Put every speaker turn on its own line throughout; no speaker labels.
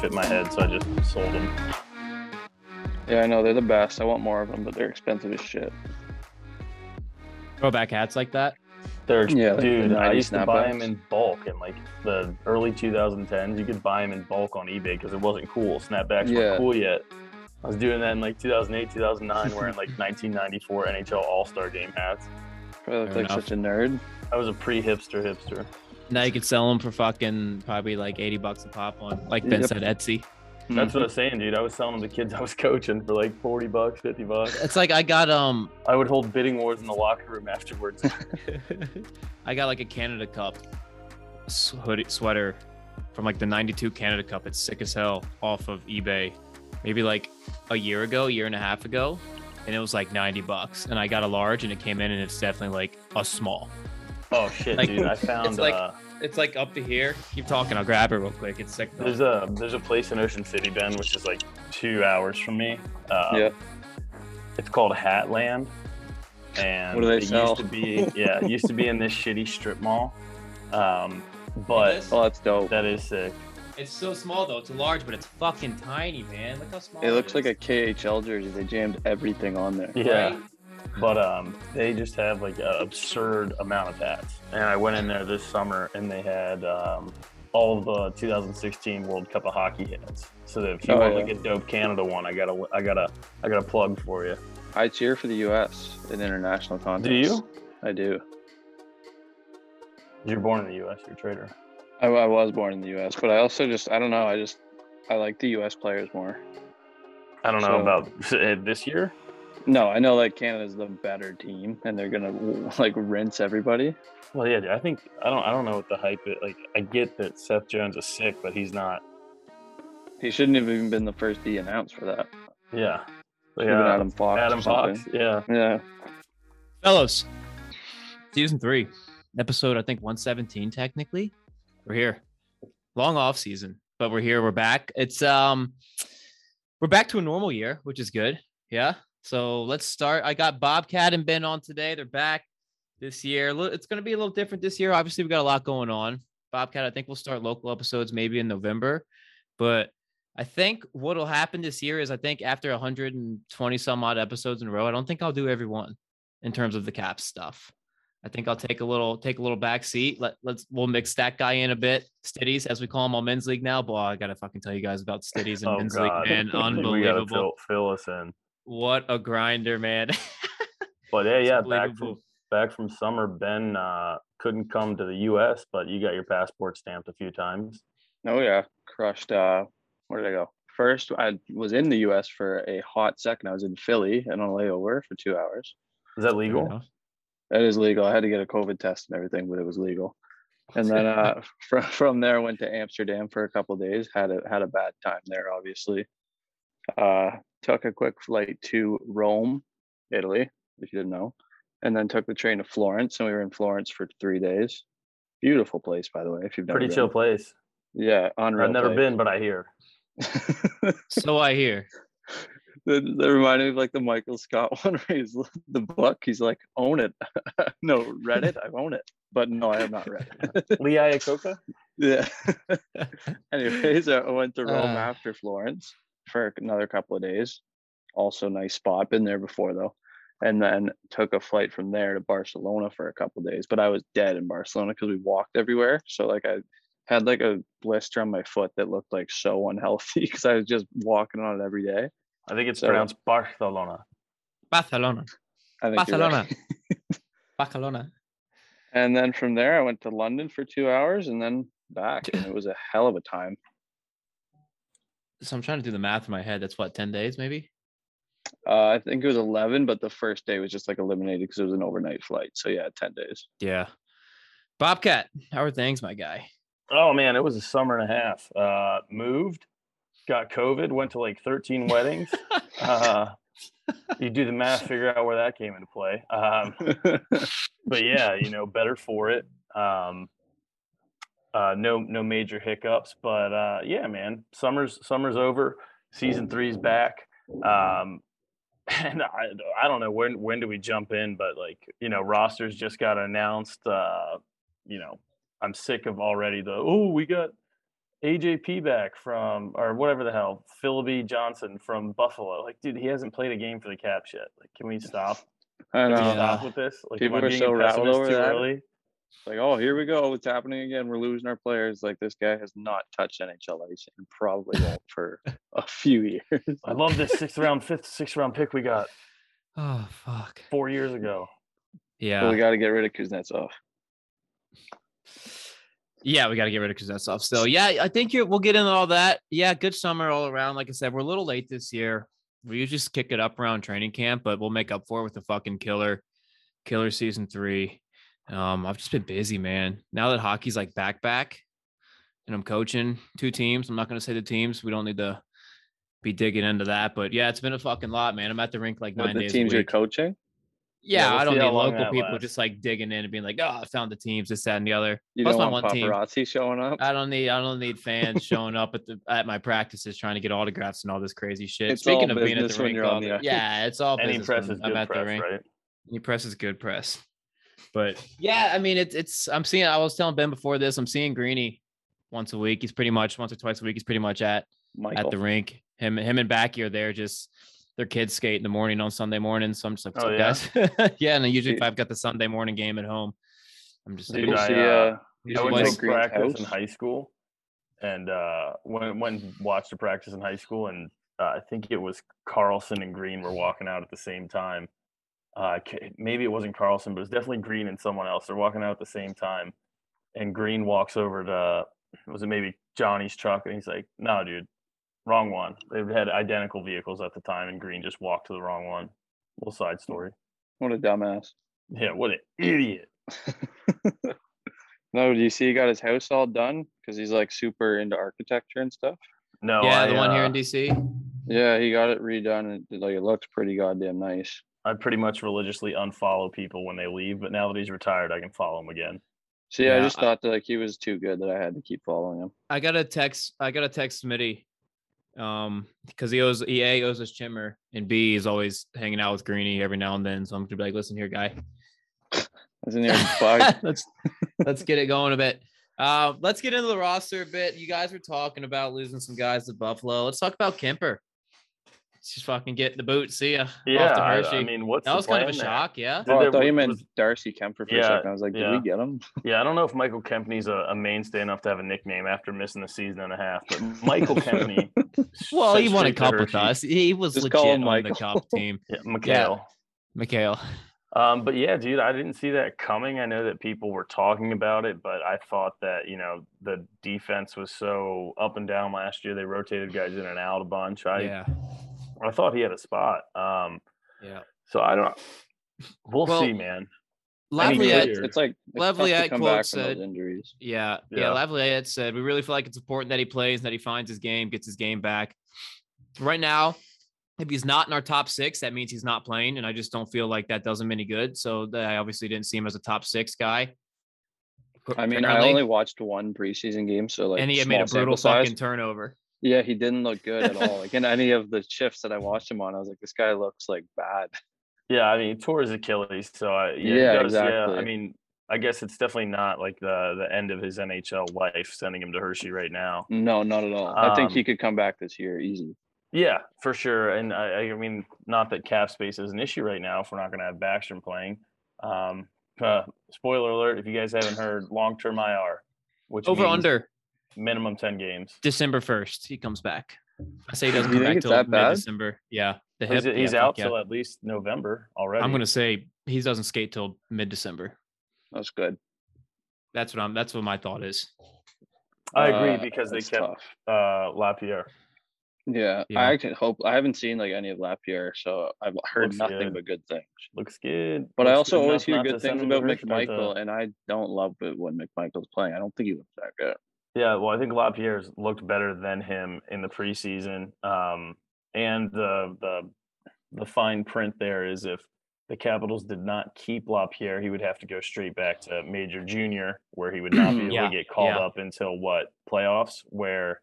fit my head, so I just sold them.
Yeah, I know they're the best. I want more of them, but they're expensive as shit.
Throwback hats like that.
They're
Yeah, like
dude.
the
I
90s
used to buy
snapbacks.
them in bulk in like the early 2010s. You could buy them in bulk on eBay because it wasn't cool. Snapbacks
Yeah.
weren't cool yet. I was doing that in like 2008, 2009, wearing like 1994 NHL All Star Game hats.
Probably look
Fair
like
enough.
such a nerd.
I was a pre-hipster hipster.
Now you could sell them for fucking probably like eighty bucks a pop on, like Ben
Yep.
said, Etsy.
That's
Mm-hmm.
what I was saying, dude. I was selling them to kids I was coaching for like 40 bucks, 50 bucks.
It's like I got um,
I would hold bidding wars in the locker room afterwards.
I got like a Canada Cup s- hoodie sweater from like the '92 Canada Cup. It's sick as hell off of eBay, maybe like a year ago, year and a half ago, and it was like ninety bucks. And I got a large, and it came in, and it's definitely like a small.
oh shit,
Like,
dude. I found
it's like-
uh,
It's like up to here. Keep talking. I'll grab it real quick. It's sick. Though.
There's a there's a place in Ocean City, Ben, which is like two hours from me. Uh,
Yeah.
It's called Hatland, and
What do they
it
sell?
used to be yeah, it used to be in this shitty strip mall, um, but
This?
Oh, that's dope.
that is sick.
It's so small though. It's large, but it's fucking tiny, man. Look how small.
It looks like a KHL jersey. They jammed everything on there.
Yeah, but um, they just have like an absurd amount of hats. And I went in there this summer, and they had um, all the 2016 World Cup of Hockey hats. So that if you
Oh,
want
yeah.
like a dope Canada one, I got to I got to I got to plug for you.
I cheer for the U.S. in international contests.
Do you?
I do.
You're born in the U.S. You're a trader.
I, I was born in the U.S., but I also just I don't know. I just I like the U.S. players more.
I don't know
So-
about uh, this year.
No, I know like Canada's the better team, and they're gonna like rinse everybody.
Well, yeah, dude, I think I don't. I don't know what the hype is. Like, I get that Seth Jones is sick, but he's not.
He shouldn't have even been the first to be announced for that.
Yeah,
Should've been
yeah.
Adam Fox. or
Adam Fox.
something.
Yeah,
Yeah.
fellows. Season three, episode I think 117. Technically, we're here. Long off season, but we're here. We're back. It's um, we're back to a normal year, which is good. Yeah. So let's start. I got Bobcat and Ben on today. They're back this year. Li- It's going to be a little different this year. Obviously, we got a lot going on. Bobcat, I think we'll start local episodes maybe in November, but I think what'll happen this year is I think after 120 some odd episodes in a row, I don't think I'll do every one in terms of the cap stuff. I think I'll take a little take a little back seat. Let let's we'll mix that guy in a bit. Stiddies, as we call him on men's league now. Boy, I gotta fucking tell you guys about Stiddies and
Oh,
men's
God.
league, man.
we gotta
Unbelievable.
fill, fill us in.
What a grinder, man.
But yeah,
It's
yeah, back from
unbelievable.
back from summer. Ben uh, couldn't come to the U.S., but you got your passport stamped a few times.
Oh yeah, crushed. Uh, where did I go? First, I was in the U.S. for a hot second. I was in Philly and on a layover for two hours.
Is that
Fair
legal?
enough.
That is legal. I had to get a COVID test and everything, but it was legal. And then uh, from from there, I went to Amsterdam for a couple days. Had a had a bad time there, obviously. Uh, took a quick flight to Rome, Italy, if you didn't know, and then took the train to Florence, and we were in Florence for three days. Beautiful place, by the way. If you've never
Pretty
been.
chill place.
Yeah, unreal.
I've never
place.
been, but I hear.
So I hear.
That, that reminded me of like the Michael Scott one where he's l- the book. He's like, own it. no, read it. I own it. But no, I have not read it.
Lee Iacocca?
yeah. Anyways, I went to Rome
Uh.
after Florence for another couple of days. Also, nice spot. Been there before though. And then took a flight from there to Barcelona for a couple of days. But I was dead in Barcelona because we walked everywhere. So like I had like a blister on my foot that looked like so unhealthy because I was just walking on it every day.
I think it's
So-
pronounced Barcelona.
Barcelona.
I think you're right.
Barcelona. Barcelona.
And then from there, I went to London for two hours and then back. And it was a hell of a time.
So I'm trying to do the math in my head. That's what, 10 days maybe?
Uh, I think it was 11, but the first day was just like eliminated because it was an overnight flight. So yeah, 10 days.
Yeah. Bobcat, how are things, my guy?
Oh man, it was a summer and a half. Uh, moved, got COVID, went to like 13 weddings. uh, you do the math, figure out where that came into play. Um, but yeah, you know, better for it. Um, uh, no, no major hiccups. But uh, yeah, man, summer's summer's over. Season three's back. Um, and I, I don't know when when do we jump in, but like you know, rosters just got announced. Uh, you know, I'm sick of already the oh we got AJ back from or whatever the hell, Philby Johnson from Buffalo. Like, dude, he hasn't played a game for the Caps yet. Like, can we stop?
I
Can
know.
we
Yeah.
stop with this? Like, am
People
I
are
being
so
a
rattled
pessimist
over
too
that.
early?
It's like, oh, here we go. It's happening again. We're losing our players. Like this guy has not touched NHL ice and probably won't for a few years.
I love this sixth round, fifth, sixth round pick we got
Oh fuck.
four years ago.
So we
Yeah.
got to get rid of Kuznetsov.
Yeah, we got to get rid of Kuznetsov. So yeah, I think you're, we'll get into all that. Yeah, good summer all around. Like I said, we're a little late this year. We usually just kick it up around training camp, but we'll make up for it with the fucking killer, killer season three. Um, I've just been busy, man. Now that hockey's like back back, and I'm coaching two teams. I'm not gonna say the teams. We don't need to be digging into that, but yeah, it's been a fucking lot, man. I'm at the rink like
What
nine
the
days.
teams
a
you're
week.
coaching?
Yeah,
Yeah,
we'll
I don't
see
need
how long
local
that
people
lasts.
just like digging in and being like, oh, I found the teams, this, that, and the other.
You
Plus
don't
my
want
one team.
paparazzi showing up.
I don't need I don't need fans showing up at the at my practices trying to get autographs and all this crazy shit.
It's
Speaking
all
of being at
business
the
when
rink,
you're on
all
the
the-
ice.
yeah, it's all
Any
business
press
when
is
I'm
good
at the
press,
rink.
right?
Any press is good press. But yeah, I mean it's it's I'm seeing I was telling Ben before this, I'm seeing Greeny once a week. He's pretty much once or twice a week, he's pretty much at
Michael.
at the rink. Him him and Backy are there just their kids skate in the morning on Sunday morning. So I'm just like, what's
Oh,
up, guys? yeah, and then usually if
Dude.
I've got the Sunday morning game at home, I'm just
Did
Dude,
you
I,
see?
uh,
Uh,
I
usually
went
Owen Wilson-
like-
to a practice in
Greenhouse.
high school, and uh, went went and watched a practice in high school, and uh, I think it was Carlson and Green were walking out at the same time. Uh, ca- maybe it wasn't Carlson, but it's definitely Green and someone else. They're walking out at the same time, and Green walks over to was it maybe Johnny's truck, and he's like, "No, dude, wrong one." They had identical vehicles at the time, and Green just walked to the wrong one. Little side story.
what a dumbass.
Yeah, what an idiot!
No, do you see? He got his house all done because he's like super into architecture and stuff.
No,
yeah,
I,
the one here
uh,
in DC.
Yeah, he got it redone. And, like it looks pretty goddamn nice.
I pretty much religiously unfollow people when they leave, but now that he's retired, I can follow him again.
So yeah, I
Yeah,
just
I-
thought that like he was too good that I had to keep following him.
I got a text. I got a text Smitty, um, because he owes EA owes us Chimmer, and B is always hanging out with Greeny every now and then. So I'm gonna be like, listen here, guy.
Isn't he a bug?
let's let's get it going a bit. Uh, let's get into the roster a bit. You guys were talking about losing some guys to Buffalo. Let's talk about Kemper. Let's just fucking get in the boot. See ya.
Yeah,
Off to
I,
Hershey.
I mean, what's
that
the
was kind of a
plan there?
shock. Yeah.
Oh, I
there-
thought you
was-
meant
was-
Darcy Kemper for
Yeah,
a second. I was like, did
yeah.
we get him?
Yeah, I don't know if Michael Kempney's a, a mainstay enough to have a nickname after missing a season and a half, but Michael Kempney.
Well,
sent
he won a
straight to
cup with
Hershey.
us. He was
Just
legit
call
on
him
the
Michael.
cup team.
Yeah, Mikhail.
Mikhail.
Um, but yeah, dude, I didn't see that coming. I know that people were talking about it, but I thought that, you know, the defense was so up and down last year. They rotated guys in and out a bunch. I,
yeah.
I thought he had a spot. Um,
Yeah.
so I don't, we'll,
Well,
see, man. mean,
Lively
clear.
at
it's, it's like it's tough
Lovely
to
at
come
quote
back from
said-
those injuries.
Yeah,
Yeah.
yeah. Lavaliette said we really feel like it's important that he plays and that he finds his game, gets his game back. Right now, if he's not in our top six, that means he's not playing, and I just don't feel like that does him any good. So the- I obviously didn't see him as a top six guy. cur-
I mean, I
currently,
only watched one preseason game, so like
and he had made a
small
brutal
sample size.
fucking turnover.
Yeah, he didn't look good at all. Like in any of the shifts that I watched him on, I was like, this guy looks like bad.
Yeah, I mean, he tore his Achilles, so I, yeah, he
Yeah,
does, yeah. I
exactly.
mean, I guess it's definitely not like the the end of his NHL life, sending him to Hershey right now.
No, not at all. I think he
Um,
could come back this year easy.
Yeah, for sure. And I, I mean, not that cap space is an issue right now if we're not going to have Backstrom playing. Um, uh, spoiler alert: if you guys haven't heard, long term IR, which
Over
means
under
minimum ten games.
December first, he comes back. I say he doesn't
You
come
think
back
it's
till
that bad?
mid December. Yeah, the
He's,
hip,
he's
yeah,
out
fuck yeah.
till at least November already.
I'm gonna say he doesn't skate till mid December.
That's good.
That's what I'm. That's what my thought is.
I agree
Uh,
because they
that's
kept
tough.
uh, Lapierre.
Yeah,
Yeah.
I could hope. I haven't seen like any of Lapierre, so I've heard
Looks
nothing
good.
but good things.
Looks good.
But I
Looks
also
good
always
enough
hear
not
good
to send
things
him to
about
Hershey, but, uh,
McMichael, and I don't love it when McMichael's playing. I don't think he looks that good.
Yeah, well, I think Lapierre's looked better than him in the preseason, um, and the the the fine print there is if the Capitals did not keep Lapierre, he would have to go straight back to Major Junior, where he would not be able
Yeah,
to get called
yeah.
up until what playoffs? Where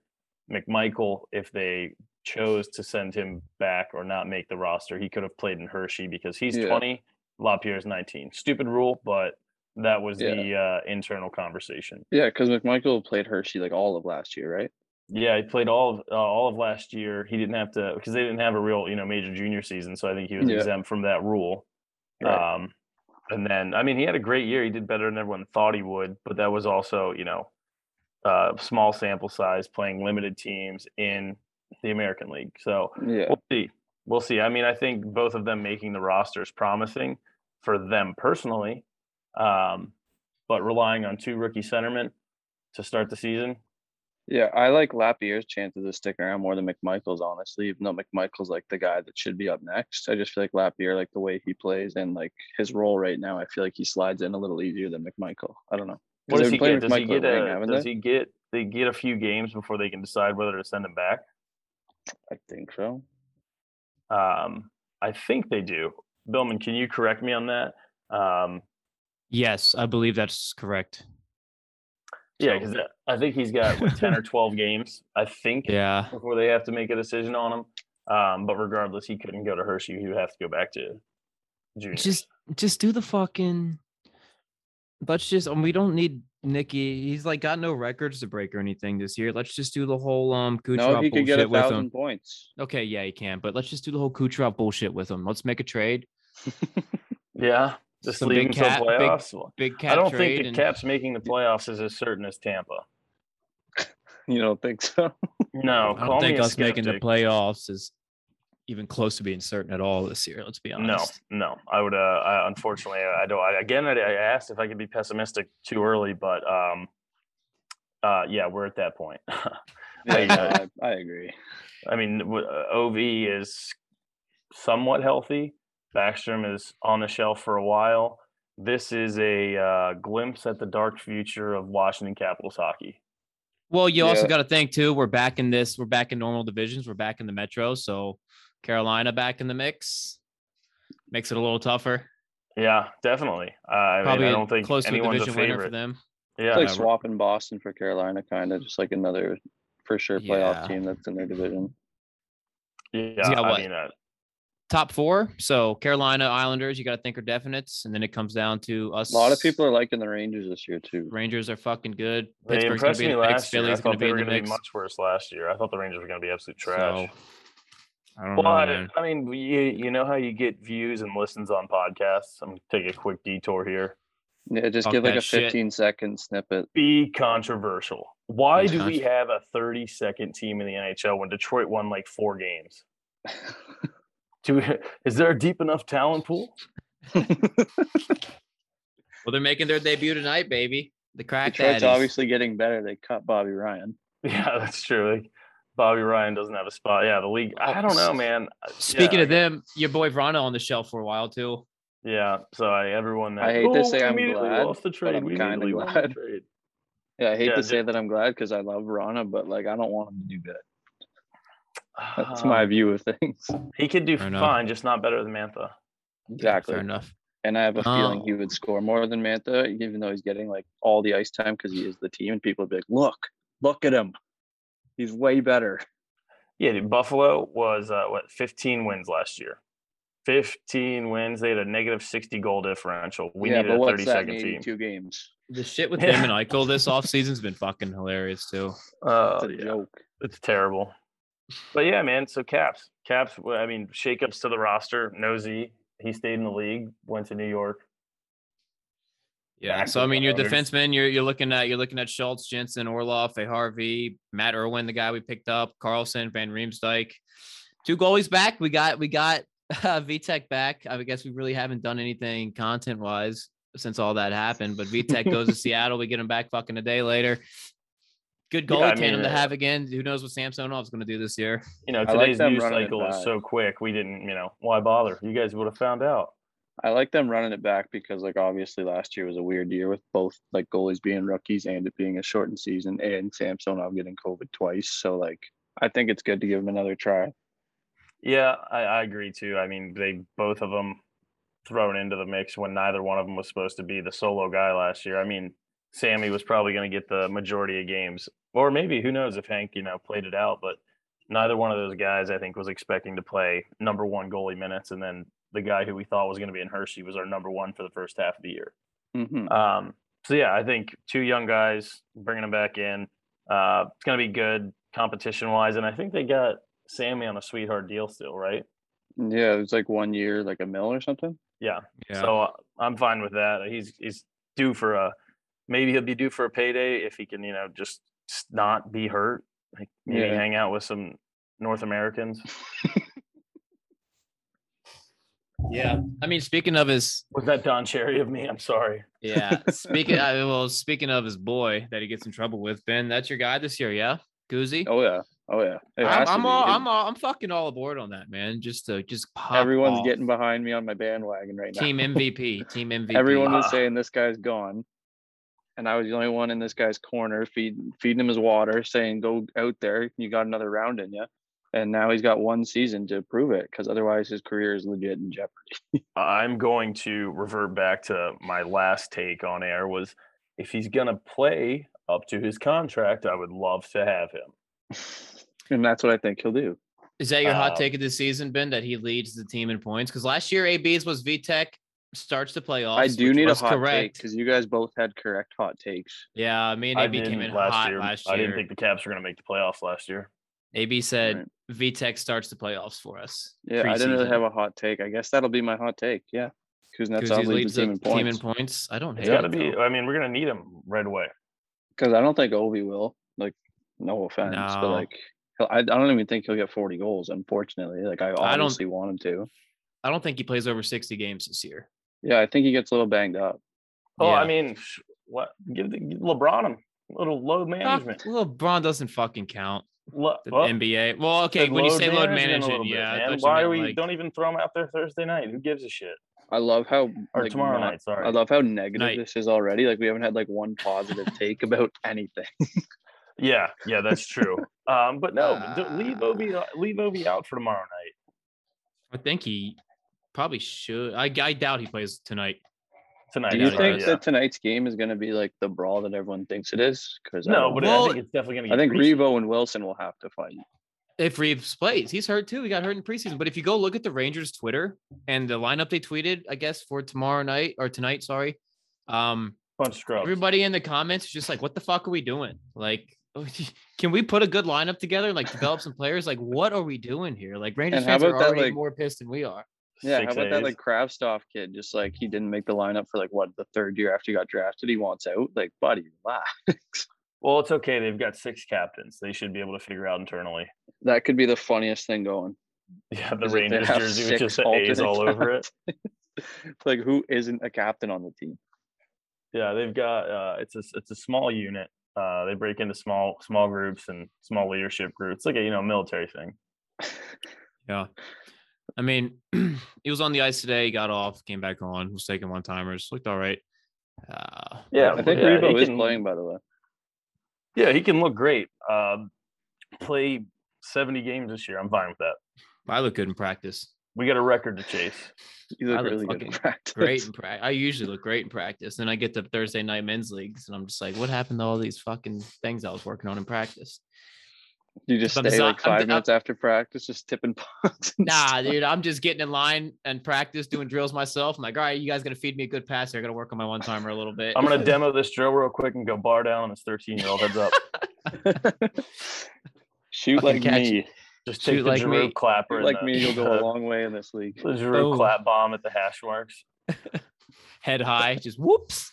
McMichael, if they chose to send him back or not make the roster, he could have played in Hershey because he's
Yeah.
twenty, Lapierre's nineteen. Stupid rule, but That was the uh, internal conversation.
Yeah, because McMichael played Hershey like all of last year, right?
Yeah, he played all of uh, all of last year. He didn't have to because they didn't have a real you know major junior season, so I think he was
Yeah.
exempt from that rule.
Right.
Um, and then I mean he had a great year. He did better than everyone thought he would, but that was also you know uh, small sample size, playing limited teams in the American League. So
yeah,
We'll see. We'll see. I mean, I think both of them making the roster is promising for them personally, um, but relying on two rookie centermen to start the season.
yeah. I like Lapierre's chances of sticking around more than McMichael's, honestly. Even though McMichael's like the guy that should be up next, I just feel like Lapierre, like the way he plays and like his role right now, I feel like he slides in a little easier than McMichael. I don't know. 'Cause
What
they've
does he
been playing
get? Does he
McMichael
get?
at Ring,
A,
haven't
does
they?
he get? They get a few games before they can decide whether to send him back.
I think so.
Um, I think they do. Billman, can you correct me on that? Um,
Yes, I believe that's correct.
yeah,
So-
because I think he's got what, ten or twelve games. I think
yeah.
before they have to make a decision on him. Um, but regardless, he couldn't go to Hershey. He would have to go back to junior.
Just just do the fucking let's just and we don't need Nikki. He's like got no records to break or anything this year. Let's just do the whole um Kucherov
No, he could get a
bullshit with him.
thousand points.
Okay, yeah, he can, but let's just do the whole Kucherov bullshit with him. Let's make a trade.
Yeah, just
Some
leave
big
until
cat- big
playoffs. Well,
Big cat
I don't
trade
think the
and-
Caps making the playoffs is as certain as Tampa.
You don't think so?
No,
I
call
don't think
me a
us making the
skeptic.
playoffs is even close to being certain at all this year. Let's be
No,
honest.
no. I would. Uh, I, unfortunately, I don't. I, again, I, I asked if I could be pessimistic too early, but um, uh, yeah, we're at that point.
Yeah, no,
I-
I, I agree.
I mean, w- uh, Ov is somewhat healthy. Backstrom is on the shelf for a while. This is a uh, glimpse at the dark future of Washington Capitals hockey.
Well, you also
Yeah.
got to think too. We're back in this. We're back in normal divisions. We're back in the Metro. So Carolina back in the mix makes it a little tougher.
Yeah, definitely. Uh, I, mean,
Probably
I don't think
close to a
anyone's a
division winner for
favorite.
them.
Yeah,
It's like
no, we're-
swapping Boston for Carolina, kind of just like another for sure playoff
Yeah.
team that's in their division.
yeah.
got
I
what?
mean, uh,
Top four. So Carolina Islanders, you got to think are definites, and then it comes down to us.
A lot of people are liking the Rangers this year too.
Rangers are fucking good.
they
Pittsburgh's gonna
impressed
be
me
in the mix.
last year. I
Philly's gonna
thought
be
they
in
were
the
going to be
mix.
much worse last year. I thought the Rangers were going to be absolute
So
trash.
I don't
well,
know.
I,
man.
I mean, you, you know how you get views and listens on podcasts. I'm going to take a quick detour here.
Yeah, just
Fuck
give like
that
a
shit.
fifteen second snippet.
Be controversial. Why
Be
do we have a 30 second team in the NHL when Detroit won like four games? Do we, is there a deep enough talent pool?
Well, they're making their debut tonight, baby. The crack
Detroit's
daddies.
obviously getting better. They cut Bobby Ryan.
Yeah, that's true. Like, Bobby Ryan doesn't have a spot. Yeah, the league. I don't know, man. Uh,
Speaking
yeah,
of them, your boy Vrana on the shelf for a while too.
Yeah, so I, everyone that
I hate to
"Oh,
say
we
I'm
immediately
glad,
lost the trade.
I'm
we
kinda
immediately won the
glad."
trade."
Yeah, I hate
Yeah,
to
ju-
say that I'm glad because I love Rana, but like I don't want him to do good. That's
Um,
my view of things.
He could do
Oh. Fair enough.
fine, just not better than Mantha.
Exactly.
Fair enough.
And I have a feeling he
Oh.
would score more than Mantha, even though he's getting like all the ice time because he is the team. And people would be like, look, look at him. He's way better.
Yeah, dude, Buffalo was uh, what 15 wins last year. 15 wins. They had a negative 60 goal differential. We
yeah,
needed
but
a
what's
30
that in
second team.
82 games?
The shit with
Yeah.
them and Eichel this offseason's been fucking hilarious too.
Uh,
It's a
yeah,
joke.
it's terrible. But yeah, man. So Caps, Caps. well, I mean, shakeups to the roster. Nosy. He stayed in the league. Went to New York.
Yeah.
Back
so
to
I mean, your
Rogers.
defensemen, you're you're looking at you're looking at Schultz, Jensen, Orloff, A. Harvey, Matt Irwin, the guy we picked up, Carlson, Van Riemsdyk. Two goalies back. We got we got uh, VTech back. I guess we really haven't done anything content wise since all that happened. But VTech goes to Seattle. We get him back fucking a day later. Good
Yeah,
goalie
I
tandem
mean,
to
uh,
have again. Who knows what Samsonov's going to do this year?
You know,
I like
today's
them
news
running it
cycle is
back.
so quick. We didn't. You know, why bother? You guys would have found out.
I like them running it back because, like, obviously last year was a weird year with both like goalies being rookies and it being a shortened season and Samsonov getting COVID twice. So, like, I think it's good to give him another try.
Yeah, I, I agree too. I mean, they both of them thrown into the mix when neither one of them was supposed to be the solo guy last year. I mean, Sammy was probably going to get the majority of games, or maybe who knows if Hank, you know, played it out. But neither one of those guys, I think, was expecting to play number one goalie minutes, and then the guy who we thought was going to be in Hershey was our number one for the first half of the year.
Mm-hmm.
Mhm.
Um, so yeah, I think two young guys bringing them back in. Uh, it's gonna be good competition wise, and I think they got Sammy on a sweetheart deal still, right?
Yeah, it was like one year, like a mill or something.
Yeah.
So uh, I'm fine with that. He's he's due for a maybe he'll be due for a payday if he can, you know, just s- not be hurt. Like maybe
Yeah.
hang out with some North Americans.
yeah. I mean, speaking of his
Was that Don Cherry of me? I'm sorry.
yeah, speaking I, well, speaking of his boy that he gets in trouble with, Ben, that's your guy this year, yeah? Goozy.
Oh yeah, oh yeah. It has
I'm,
to
I'm
be.
all
It-
I'm all, I'm fucking all aboard on that, man. Just to just pop
Everyone's
off.
getting behind me on my bandwagon right now.
team MVP, team MVP.
Everyone was
Ah.
saying this guy's gone, and I was the only one in this guy's corner, feeding feeding him his water, saying, "Go out there, you got another round in you." And now he's got one season to prove it, because otherwise his career is legit in jeopardy.
I'm going to revert back to my last take on air was if he's gonna play up to his contract, I would love to have him.
and that's what I think he'll do.
Is that your
Oh.
hot
Um,
take of the season, Ben? That he leads the team in points? Because last year, AB's was VTech starts the playoffs.
I do
which
need a
was
hot take
correct.
because you guys both had correct hot takes.
Yeah, me and
I
AB came
didn't
in
last
hot
year.
last year.
I didn't think the Caps were gonna make the playoffs last year.
AB said
Right.
VTech starts the playoffs for us.
Yeah, I didn't really
preseason."
have a hot take. I guess that'll be my hot take. Yeah,
Because he
Kuznetsov leads
leads
the team in
team in
points
points. I don't
It's
hate
gotta
it.
be
though.
I mean, we're gonna need him right away.
because I don't think Obi will. Like, no offense,
No.
but like, he'll- I, I don't even think he'll get forty goals. Unfortunately, like I
don't-
obviously want him to.
I don't think he plays over 60 games this year.
Yeah, I think he gets a little banged up.
Oh, I
Yeah.
mean, sh- what? Give, the, give LeBron him a little load management.
Well, LeBron doesn't fucking count.
Lo-
The
well,
NBA. Well, okay,
said
when you say load
a
management,
little bit,
yeah. I
man.
thought you
Why
meant,
are we?
like-
don't e even throw him out there Thursday night. Who gives a shit?
I love how
Or
like,
tomorrow
not-
night. Sorry.
I love how negative
Night.
this is already. Like we haven't had like one positive take about anything.
yeah, yeah, that's true. um, but no, but d- leave
Ah.
Obi leave Obi out for tomorrow night.
I think he probably should. I, I doubt he plays tonight.
Tonight.
Do you
got it,
sorry,
think
yeah.
that tonight's game is going to be like the brawl that everyone thinks it is? Because
No, but I
Well,
think it's definitely gonna.
I
Get
think
preseason.
Revo and Wilson will have to fight.
if Reeves plays, he's hurt too. He got hurt in preseason. But if you go look at the Rangers Twitter and the lineup they tweeted, I guess for tomorrow night or tonight, sorry, um,
bunch of scrubs.
everybody in the comments is just like, "What the fuck are we doing? Like, can we put a good lineup together? and, Like, develop some players? Like, what are we doing here? Like, Rangers
And how
fans are
about that,
already
like-
more pissed than we are.
Yeah,
Six
how about that
A's.
like Kravstov kid? Just like he didn't make the lineup for like what the third year after he got drafted, he wants out. Like, buddy, relax.
Well, it's okay. They've got six captains. They should be able to figure out internally.
That could be the funniest thing going.
Yeah, the
is if they
Rangers
have
jersey with
six
just the A's
alternate
all over it.
captains. like, who isn't a captain on the team?
Yeah, they've got uh, it's a s- it's a small unit. Uh, they break into small small groups and small leadership groups. It's like a you know military thing.
Yeah. I mean, he was on the ice today. He got off, came back on, was taking one timers, looked all right. Uh,
Yeah,
I think
yeah,
Revo
he
is
can-
playing, by the way.
Yeah, he can look great. Um, play seventy games this year. I'm fine with that.
I look good in practice.
We got a record to chase.
He
I
looked
look
really good in
fucking
practice.
great in practice. I usually look great in practice. Then I get to Thursday night men's leagues, and I'm just like, what happened to all these fucking things I was working on in practice?
You just
I'm
stay
desi-
like
I'm
5
de-
minutes after practice, just tipping pucks. and
Nah,
stuff.
dude, I'm just getting in line and practice doing drills myself. I'm like, all right, you guys gonna feed me a good pass. here. I gotta work on my one timer a little bit.
I'm gonna demo this drill real quick and go bar down on this 13 year old. Heads up.
Shoot like
Fucking catch-
me.
Just take
Shoot
the
like
Giroux
me.
clapper.
Shoot
and
Like
the-
me, you'll go a
the-
long way in this league.
The Giroux
Boom.
clap bomb at the hash marks.
head high, just whoops.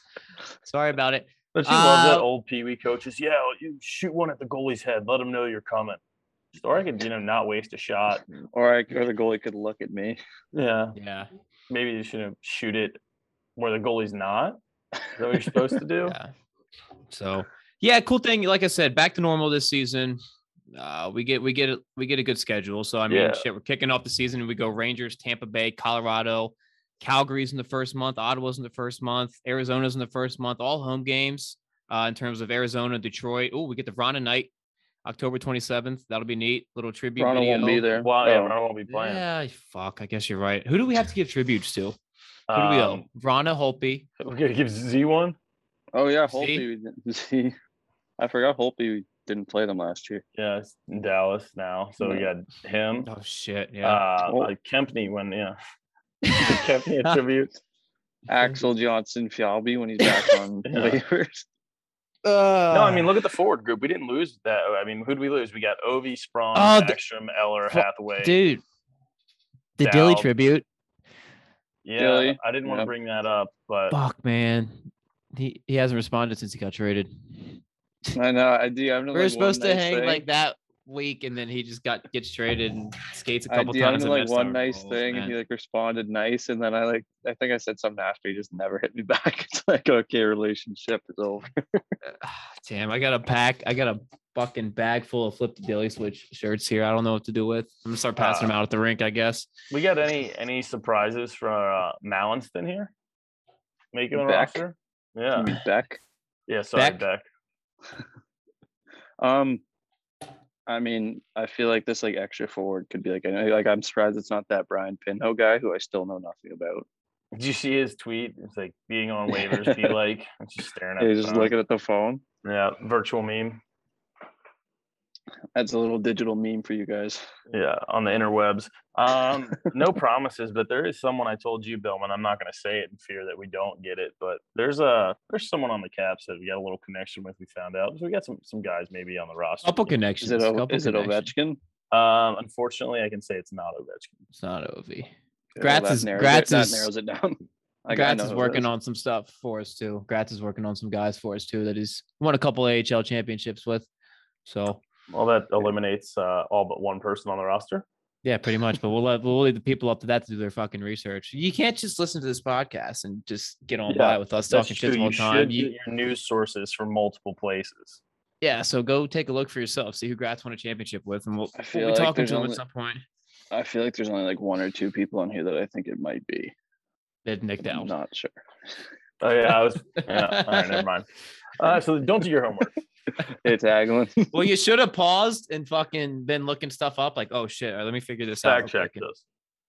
Sorry about it.
But you love that
Uh,
old Pee Wee coaches. Yeah, well, you shoot one at the goalie's head. Let him know you're coming. Or I could you know not waste a shot.
Or I or the goalie could look at me.
Yeah,
Yeah.
maybe you should have shoot it where the goalie's not. Is that what you're supposed to do?
Yeah. So yeah, cool thing. Like I said, back to normal this season. Uh, we get we get a- we get a good schedule. So I mean,
Yeah.
shit, we're kicking off the season. We go Rangers, Tampa Bay, Colorado, Calgary's in the first month, Ottawa's in the first month, Arizona's in the first month. All home games uh, in terms of Arizona, Detroit. Oh, we get the Vrana night, October twenty seventh. That'll be neat. Little tribute.
Toronto
video.
won't be there.
Well, yeah,
Oh.
I won't be playing.
Yeah, fuck. I guess you're right. Who do we have to give tributes to? Who do we owe?
Um,
Vrana Holpe.
we're gonna give Z one.
Oh yeah,
See?
Holpe. didn't- See, I forgot Holpe didn't play them last year.
Yeah, it's in Dallas now. So we got him.
Oh shit. Yeah.
Uh,
Oh.
like Kempney when yeah, Kempney a tribute.
Axel Johnson Fialbi when he's back on
Yeah.
waivers.
Uh,
No, I mean, look at the forward group. We didn't lose that. I mean, who'd we lose? We got Ovi, Sprong,
Oh, the-
Ekstrom, Eller,
Fu-
Hathaway.
dude. The Dilly
Dowd.
tribute.
yeah,
Dilly.
I didn't want to
Yeah.
bring that up, but
Fuck, man. He he hasn't responded since he got traded.
I know. I do. I've
We were supposed to hang like that week, and then he just got gets traded and skates a
I
couple
DM'd
times.
him
and
like
missed
one
our
nice
goals,
thing,
man.
and he like responded nice, and then I like I think I said something after. He just never hit me back. It's like okay, relationship is over.
Ah, Damn, I got a pack. I got a fucking bag full of flip the dilly switch shirts here. I don't know what to do with. I'm gonna start passing
Uh,
them out at the rink, I guess.
we got any any surprises from uh, Mallinston here? Making a
Beck.
roster? Yeah.
Meet Beck.
Yeah, sorry,
Beck?
Beck.
Um, I mean, I feel like this like extra forward could be like I know, like I'm surprised it's not that Brian Pinho guy who I still know nothing about.
Did you see his tweet? It's like being on waivers, be like, I'm just staring at
He's
the
just
phone.
looking at the phone.
Yeah, virtual meme.
That's a little digital meme for you guys.
Yeah, on the interwebs. Um, no promises, but there is someone I told you, Billman. I'm not going to say it in fear that we don't get it, but there's a there's someone on the Caps that we got a little connection with. We found out, so we got some some guys maybe on the roster.
Couple
Is
connections.
it o-
couple
is it
connections.
Ovechkin?
Um, unfortunately, I can say it's not Ovechkin.
It's not Ovi.
Okay,
Gratz
that
is-
narrows
Gratz
it, that
is-
narrows it down. Like, I
Gratz
know
is
who it
working on some stuff for us too. Gratz is working on some guys for us too that he's won a couple AHL championships with. So
Well, that eliminates uh, all but one person on the roster.
yeah, pretty much. But we'll let we'll leave the people up to that to do their fucking research. You can't just listen to this podcast and just get on
Yeah,
by with us
That's
talking shit
true.
the whole
you
time.
should
You-
get your news sources from multiple places.
yeah, so go take a look for yourself. See who Gratz won a championship with, and we'll,
I feel
we'll be
like
talking
there's
to him
only-
at some point.
I feel like there's only like one or two people on here that I think it might be.
That Nick
I'm
Dowd.
not sure.
Oh yeah, I was. Yeah, all right, never mind. Uh, so don't do your homework.
It's Aglin.
well, you should have paused and fucking been looking stuff up. Like, oh shit, all right, let me figure this out.
Fact
real
check
quick and
this.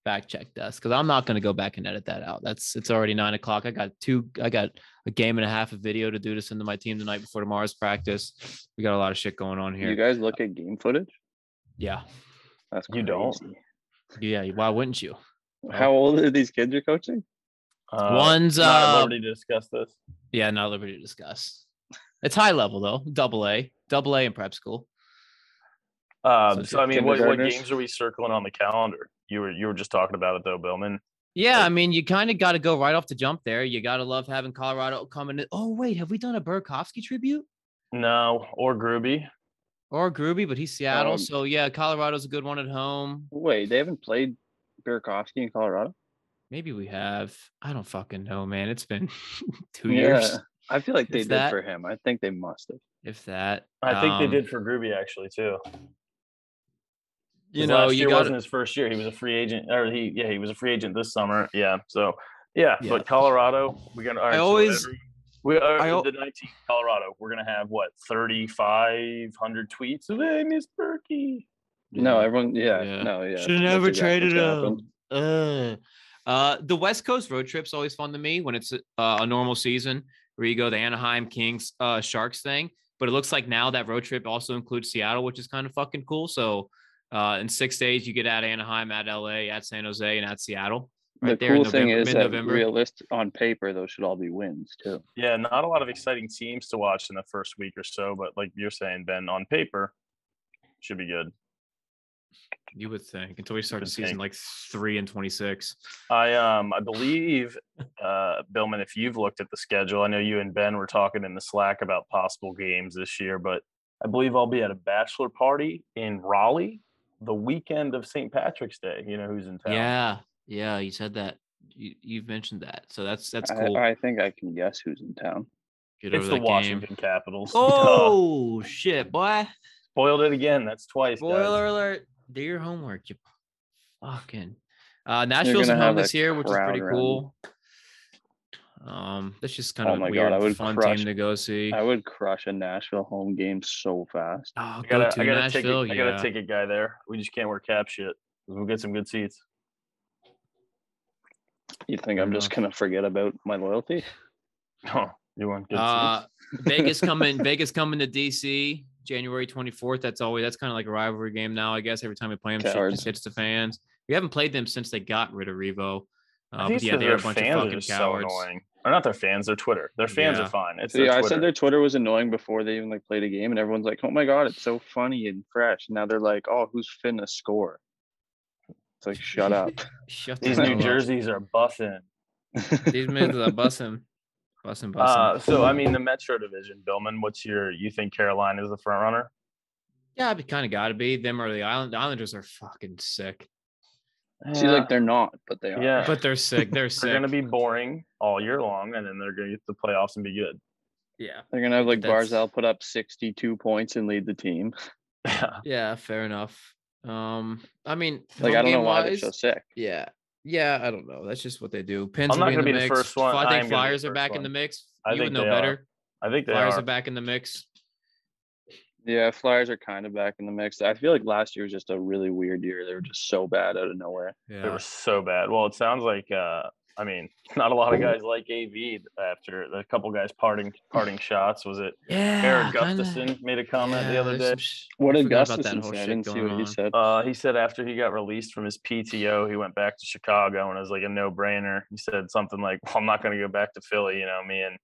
Fact check this, because I'm not gonna go back and edit that out. That's it's already nine o'clock. I got two. I got a game and a half of video to do to send to my team tonight before tomorrow's practice. We got a lot of shit going on
you
here.
guys look at game footage?
Yeah,
That's
You don't?
crazy.
yeah. Why wouldn't you?
How old are these kids you're coaching?
Uh,
One's
not at
uh,
liberty to discuss this.
yeah, not liberty to discuss. It's high level though. Double A, double A in prep school.
Um,
So
so I mean, what, what
kindergartners?
games are we circling on the calendar? You were you were just talking about it though, Billman.
Yeah,
Like-
I mean, you kind of got to go right off the jump there. You got to love having Colorado coming. In. Oh wait, have we done a Burkowski tribute
No, or Groovy.
or Groovy? But he's Seattle,
Um,
so yeah, Colorado's a good one at home.
Wait, they haven't played Burakovsky in Colorado?
Maybe we have. I don't fucking know, man. It's been two years,
I feel like they
Is
did
that-
for him. I think they must have.
if that.
I think
Um,
they did for Groovy actually too. 'Cause
You know,
last year
you got
wasn't his first year. He was a free agent, or he yeah he was a free agent this summer. Yeah, so yeah,
Yeah.
but Colorado, we're gonna. all right, so
always-
every- we are
I al-
the 19th Colorado. We're gonna have what 3,500 tweets of hey Miss Berkey.
No, everyone. Yeah,
Yeah.
no, yeah.
Should have
that's exactly
never
what's
traded
gonna happen.
him. Ugh. Uh, the West Coast road trip's always fun to me when it's uh, a normal season where you go the Anaheim Kings uh, Sharks thing. But it looks like now that road trip also includes Seattle, which is kind of fucking cool. So uh, in six days, you get at Anaheim, at LA, at San Jose, and at Seattle. Right
the
there in
cool thing
November-
is that
mid-November.
realist on paper, those should all be wins too.
Yeah, not a lot of exciting teams to watch in the first week or so, but like you're saying, Ben, on paper, should be good.
You would think until we start a
would
season
think.
like three and twenty six.
I um I believe uh Billman, if you've looked at the schedule, I know you and Ben were talking in the Slack about possible games this year, but I believe I'll be at a bachelor party in Raleigh the weekend of St. Patrick's Day. You know who's in town?
Yeah, yeah, you said that. You, you've mentioned that, so that's that's
I-
cool.
I, think I can guess who's in town.
Get
It's
over
the
that game.
Washington Capitals. Duh.
Oh shit, boy!
spoiled it again. That's twice. guys.
Spoiler alert. Do your homework, you fucking. Uh, Nashville's
gonna
at home
have a
this year, which is
crowd
pretty
around.
cool. Um, that's just kind
Oh
of a
my God,
weird,
I would
fun
crush-
team to go see.
I would crush a Nashville home game so fast.
oh,
I
go
got
to
a, I got a
Nashville.
ticket. I
yeah.
got a ticket guy there. We just can't wear cap shit. 'cause We'll get some good seats.
You think
Fair
I'm just gonna forget about my loyalty?
Oh, you want good
Uh,
seats?
Vegas coming. Vegas coming to DC January 24th. That's always that's kind of like a rivalry game now, I guess. Every time we play them, shit
Cowards.
just hits the fans. We haven't played them since they got rid of Revo.
I think
Uh, but
it's
yeah,
'cause
they're
their
a bunch of
fans are
fucking
just
cowards.
So annoying. Or not their fans, their Twitter. Their fans
Yeah.
are fine. It's
See,
their
I
Twitter.
said their Twitter was annoying before they even like played a game, and everyone's like, "Oh my god, it's so funny and fresh." Now they're like, "Oh, who's finna score?" It's like, shut up.
Shut
these
the
New
hell up.
Jerseys are buffing.
These uh, men are bussing, bussing, bussing.
Uh, so I mean, the Metro Division, Billman. What's your? You think Carolina is the front runner?
yeah, it kind of got to be them or the Island. The Islanders are fucking sick,
See, like they're not, but they are.
yeah,
but they're sick. They're sick.
they're gonna be boring all year long, and then they're gonna get to the playoffs and be good.
yeah,
They're gonna have like
That's-
Barzell put up 62 points and lead the team.
yeah. Fair enough. Um, I mean,
Like, I don't
home
know
game
why
wise,
they're so sick.
Yeah. Yeah, I don't know. That's just what they do. Pens
I'm not
will be in
gonna
the
be
mix.
the first one.
Fly-
I
I
am
think
gonna be the
Flyers are
first
back in
one.
the mix.
I
you
think
would know
they are.
better.
I think they
Flyers
are.
are back in the mix.
Yeah, Flyers are kind of back in the mix. I feel like last year was just a really weird year. They were just so bad out of nowhere.
Yeah.
They were so bad. Well, it sounds like. uh I mean, not a lot of guys like AV after a couple guys parting parting shots. Was it
yeah
Eric
kinda.
Gustafson made a comment
Yeah,
the other
there's
day?
some sh-
What
I
did
forgot about that
Gustafson
whole
say? I
shit
didn't see
going
what he
on.
said.
Uh, he said after he got released from his PTO, he went back to Chicago, and it was like a no-brainer. He said something like, "Well, I'm not going to go back to Philly." You know, me and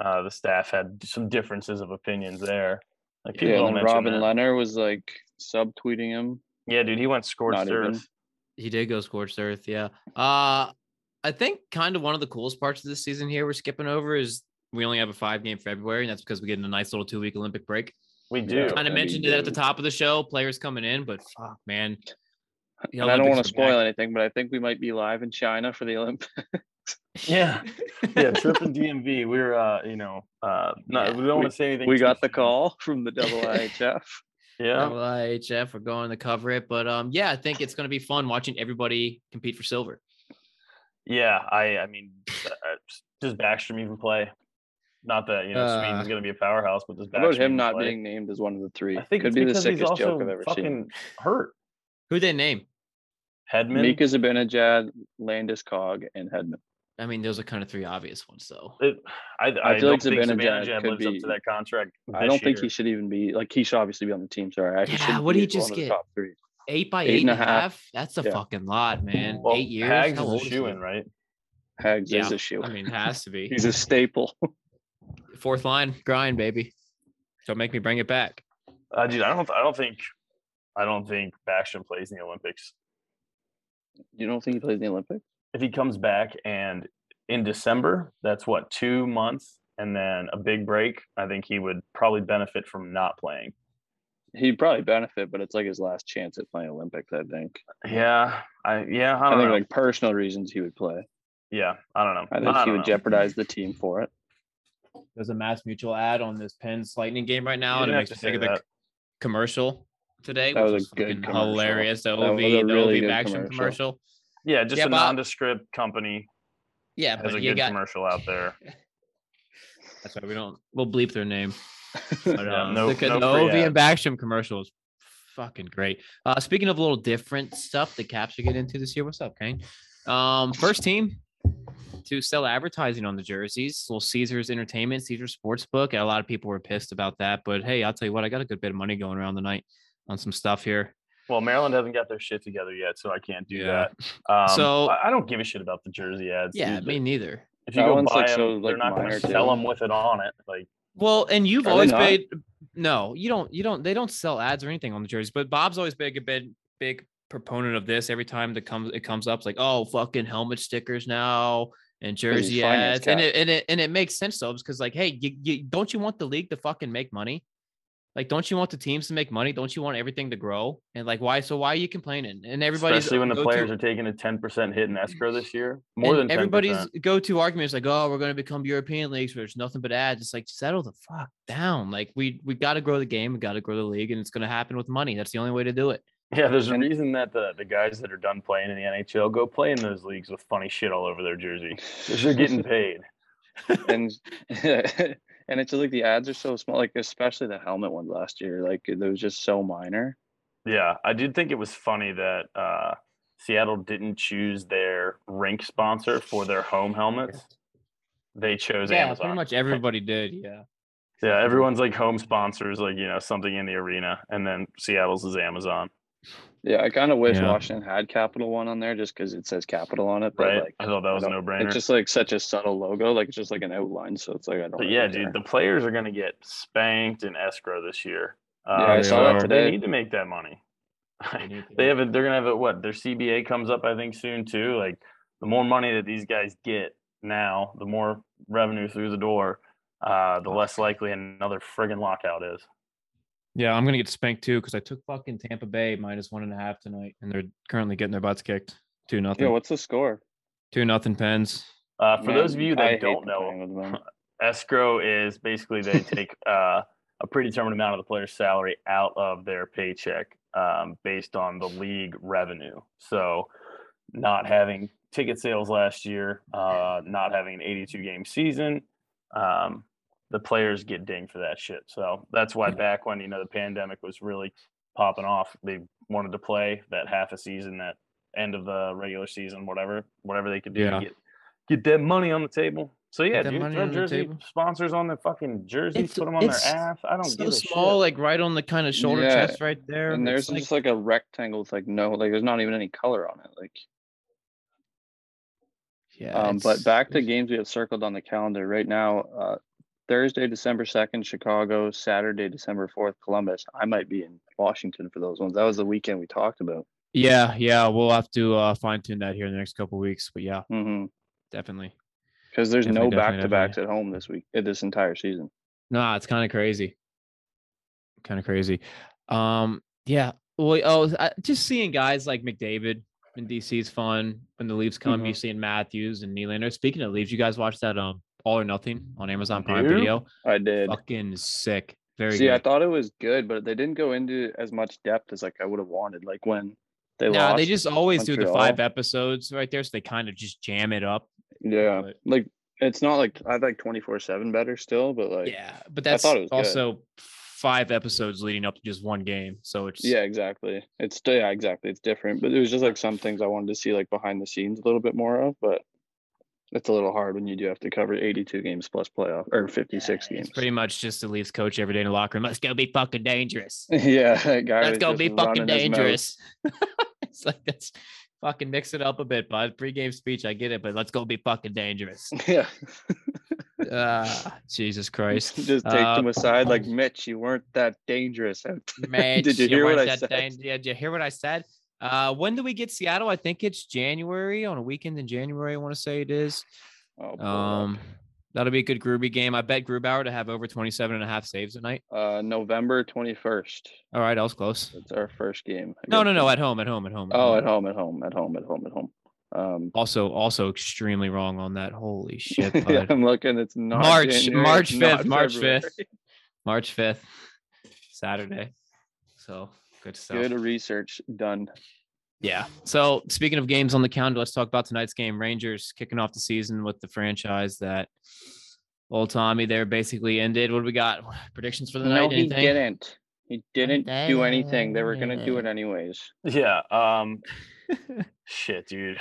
uh, the staff had some differences of opinions there. Like people
yeah,
don't
and then
mention
Robin
that.
Leonard was like subtweeting him.
Yeah, dude, he went
Not
scorched
even.
earth.
He did go scorched earth, yeah. Uh I think kind of one of the coolest parts of this season here we're skipping over is we only have a five game February, and that's because we get in a nice little two week Olympic break.
We
Yeah.
do.
Kind
that'd
of
be
mentioned it at the
huge.
top of the show, players coming in, but fuck man. the
And I don't
Olympics
want
are
to spoil
back.
anything, but I think we might be live in China for the Olympics.
Yeah, yeah. Trip and DMV. We're, uh, you know, uh, not,
Yeah.
we don't want to say anything.
We
too
got the
soon.
call from the IIHF.
Yeah,
LIHF are going to cover it. But um, yeah, I think it's going to be fun watching everybody compete for silver.
yeah. I, I mean, uh, does Backstrom even play? Not that you know
Uh,
Sweden's going to be a powerhouse, but does Backstrom
How about him
even
not
play?
being named as one of the three?
I think
Could
it's
be the
because he's
sickest
also
joke I've ever
fucking
seen.
Hurt
Who they name?
Headman.
Mika Zibanejad, Landis Cog, and Hedman.
I mean, those are kind of three obvious ones, though.
It, I, I,
feel like
don't think
Zibanejad
Zibanejad
could
lives up
be-
to that contract.
I
this
don't think
year.
he should even be like he should obviously be on the team. Sorry, I
Yeah,
shouldn't
what
be
did he
as one
just
of the
get?
Top three.
Eight by
Eight
eight and a half. That's a
Yeah.
fucking lot, man.
Well,
eight years.
Hags
How
is
old
a
is
shoe
he?
in, right?
Hags is
Yeah,
a shoe.
I mean, has to be
he's a staple.
fourth line grind, baby. Don't make me bring it back.
Uh, dude, I don't. I don't think. I don't think Backstrom plays in the Olympics.
you don't think he plays in the Olympics?
If he comes back and in December, that's what two months, and then a big break. I think he would probably benefit from not playing.
He'd probably benefit, but it's like his last chance at playing Olympics. I think.
Yeah, I yeah, I
I,
don't
think
know.
like personal reasons he would play.
yeah, I don't know.
I think he would
know.
jeopardize the team for it.
There's a Mass Mutual ad on this Pens Lightning game right now,
You
and it
didn't
makes
have to
me think of
say
the commercial today.
That
which
was a good
fucking
commercial.
hilarious. The
was
OV,
a
the
really
OV
good
Backstrom
commercial.
commercial.
Yeah, just
Yeah,
a
but-
nondescript company
Yeah,
has a
but you
good
got
commercial out there.
That's why we don't. We'll bleep their name. But,
Yeah,
um,
no-
the,
no
the
free
Ovi and Backstrom commercial is fucking great. Uh, speaking of a little different stuff, the Caps are getting into this year. What's up, Kane? Um, first team to sell advertising on the jerseys. Little Caesars Entertainment, Caesars Sportsbook. A lot of people were pissed about that, but hey, I'll tell you what, I got a good bit of money going around tonight on some stuff here.
Well, Maryland hasn't got their shit together yet, so I can't do
Yeah.
that. Um,
So-
I, I don't give a shit about the jersey ads.
Yeah,
dude.
me neither.
if you
That
go
one's,
buy
like,
'em,
so, like,
they're not going
minor,
to sell
too.
them with it on it. Like,
Well, and you've
Are they
always
not?
paid. No, you don't. You don't. They don't sell ads or anything on the jerseys. But Bob's always big a big big proponent of this. Every time that comes it comes up, it's like oh fucking helmet stickers now and
he's
jersey
finance
ads, and
guy.
it and it and it makes sense though because like hey, you, you don't you want the league to fucking make money? Like, don't you want the teams to make money? Don't you want everything to grow? And like, why? So why are you complaining? And everybody's
especially when the
go-to-
players are taking a ten percent hit in escrow this year, more than
and
10%.
everybody's go-to argument is like, "Oh, we're going to become European leagues where there's nothing but ads." It's like settle the fuck down. Like we we got to grow the game, we got to grow the league, and it's going to happen with money. That's the only way to do it.
Yeah, there's a
and-
reason that the, the guys that are done playing in the NHL go play in those leagues with funny shit all over their jersey. 'cause They're getting paid.
and and it's just like the ads are so small, like especially the helmet one last year. Like it was just so minor.
Yeah, I did think it was funny that uh, Seattle didn't choose their rink sponsor for their home helmets. They chose
yeah,
Amazon.
pretty much everybody did. Yeah,
Yeah, everyone's like home sponsors, like you know something in the arena, and then Seattle's is Amazon.
Yeah, I kind of wish
Yeah.
Washington had Capital One on there just because it says Capital on it. But
right?
like,
I thought that was
I
a
don't-
no brainer.
It's just like such a subtle logo. Like it's just like an outline. So it's like I don't.
But
really
yeah,
care.
dude, the players are going to get spanked in escrow this year.
Yeah,
Um,
I
they
saw that
are.
They
today.
need to make that money.
need to.
they have a, they're gonna have a what their CBA comes up I think soon too. Like the more money that these guys get now, the more revenue through the door, uh, the less likely another friggin' lockout is.
Yeah, I'm gonna get spanked too because I took fucking Tampa Bay minus one and a half tonight, and they're currently getting their butts kicked. Two nothing.
Yeah, what's the score?
Two nothing pens.
Uh, for those of
Man,
you
I
that
hate
don't
the
know,
Penguins, man.
escrow is basically they take uh, a predetermined amount of the player's salary out of their paycheck um, based on the league revenue. So, not having ticket sales last year, uh, not having an 82 game season, um, the players get dinged for that shit. So that's why back when you know the pandemic was really popping off, they wanted to play that half a season, that end of the regular season, whatever, whatever they could do
Yeah.
to get get that money on the table. So yeah,
that
dude,
money
throw
on the
jersey
table.
sponsors on their fucking jerseys,
It's-
put them on their
it's
ass. I don't
So
give a
small,
shit.
like right on the kind of shoulder
Yeah,
chest right there.
And
it's
there's just like a rectangle with like no, like there's not even any color on it. Like,
yeah.
um,
it's-
but back to games we have circled on the calendar right now. Uh, Thursday, December second, Chicago. Saturday, December fourth, Columbus. I might be in Washington for those ones. That was the weekend we talked about.
Yeah, yeah. We'll have to uh, fine tune that here in the next couple weeks. But yeah,
Mm-hmm.
definitely.
Because there's
Definitely,
no
definitely,
back to backs at home this week, eh, this entire season.
Nah, it's kind of crazy. Kind of crazy. Um, yeah. Well, oh, I, just seeing guys like McDavid in DC is fun. When the Leafs come,
Mm-hmm.
you see in Matthews and Nylander. Speaking of Leafs, you guys watch that um All or Nothing on Amazon Prime
do?
Video?
I did.
Fucking sick. Very
See, I
good.
thought it was good, but they didn't go into as much depth as like I would have wanted. Like when they
nah,
lost,
they just always do the
Montreal.
five episodes right there, so they kind of just jam it up.
yeah,
but-
like it's not like I like twenty four seven better still, but like
yeah, but
I
that's
thought it was good.
also five episodes leading up to just one game. So it's
Yeah, exactly. It's still yeah, exactly. It's different, but it was just like some things I wanted to see like behind the scenes a little bit more of, but it's a little hard when you do have to cover 82 games plus playoff or 56
Yeah,
games.
It's pretty much just the Leafs coach every day in the locker room. Let's go be fucking dangerous.
yeah, that guy
Let's
was
go
just
be fucking
running his mouth.
dangerous. it's like that's fucking mix it up a bit, bud. Pre-game speech, I get it, but let's go be fucking dangerous.
Yeah,
Ah, Jesus Christ.
just take
Uh,
them aside like Mitch. You weren't that dangerous.
Mitch,
you hear what
weren't
I
that
said?
dang- yeah, Did you hear what I said? Uh, when do we get Seattle? I think it's January on a weekend in January. I want to say it is.
Oh, poor
Um,
Rob.
that'll be a good Groovy game. I bet Grubauer to have over 27 and a half saves tonight.
uh, November 21st.
All right, I was close.
That's our first game.
No, no,
against
no.
them.
At home, at home, at home.
Oh, at home, at home, at home, at home, at home. Um,
Also, also extremely wrong on that. Holy shit!
yeah,
bud.
I'm looking. It's not
March,
January,
March
it's not
5th, March
February.
5th. March 5th, Saturday. So good stuff.
Good research done.
Yeah. So speaking of games on the calendar, let's talk about tonight's game. Rangers kicking off the season with the franchise that old Tommy there basically ended. What do we got? Predictions for the
No,
night?
he
Anything?
didn't. He didn't do anything. They were gonna do it anyways.
Yeah. Um, shit, dude.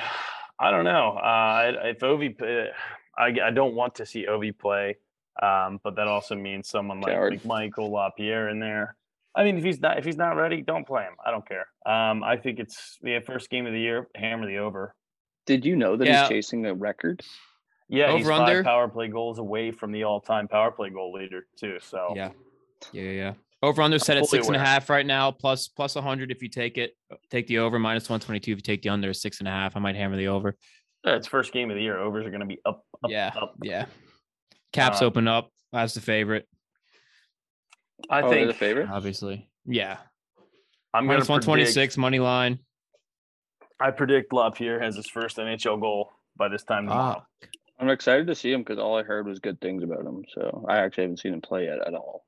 I don't know. Uh, I- if Ovi, p- I, I don't want to see Ovi play, um, but that also means someone like,
Coward.
like Michael Lapierre in there. I mean, if he's not if he's not ready, don't play him. I don't care. Um, I think it's the first game of the year. Hammer the over.
Did you know that
Yeah.
he's chasing a record?
Yeah, he's
Over,
five
under?
power play goals away from the all time power play goal leader too. So
Yeah. Yeah. Yeah. yeah. Over under set at
fully
six and a half
aware.
right now, plus plus 100 if you take it. Take the over, minus 122 if you take the under, six and a half. I might hammer the over.
yeah, Uh, it's first game of the year. Overs are going to be up, up,
Yeah.
up.
Yeah. Caps
Uh,
open up as the favorite,
I
oh, they're the
think
favorite.
obviously. Yeah.
I'm going
Minus
to
126, money line.
I predict Lapierre has his first NHL goal by this time tomorrow.
Ah,
I'm excited to see him because all I heard was good things about him. So I actually haven't seen him play yet at all.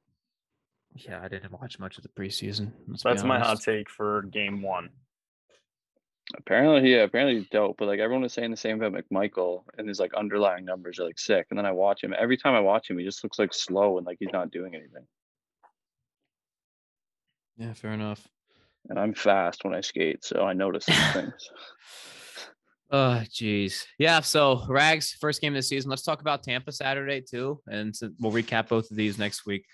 Yeah, I didn't watch much of the preseason. let's be
That's my hot
honest.
take for game one.
Apparently, yeah, apparently he's dope. But like everyone was saying the same about McMichael, and his like underlying numbers are like sick. And then I watch him every time I watch him, he just looks like slow and like he's not doing anything.
Yeah, fair enough.
And I'm fast when I skate, so I notice these things.
Oh, jeez. Yeah. So, Rags, first game of the season. Let's talk about Tampa Saturday, too. And so we'll recap both of these next week.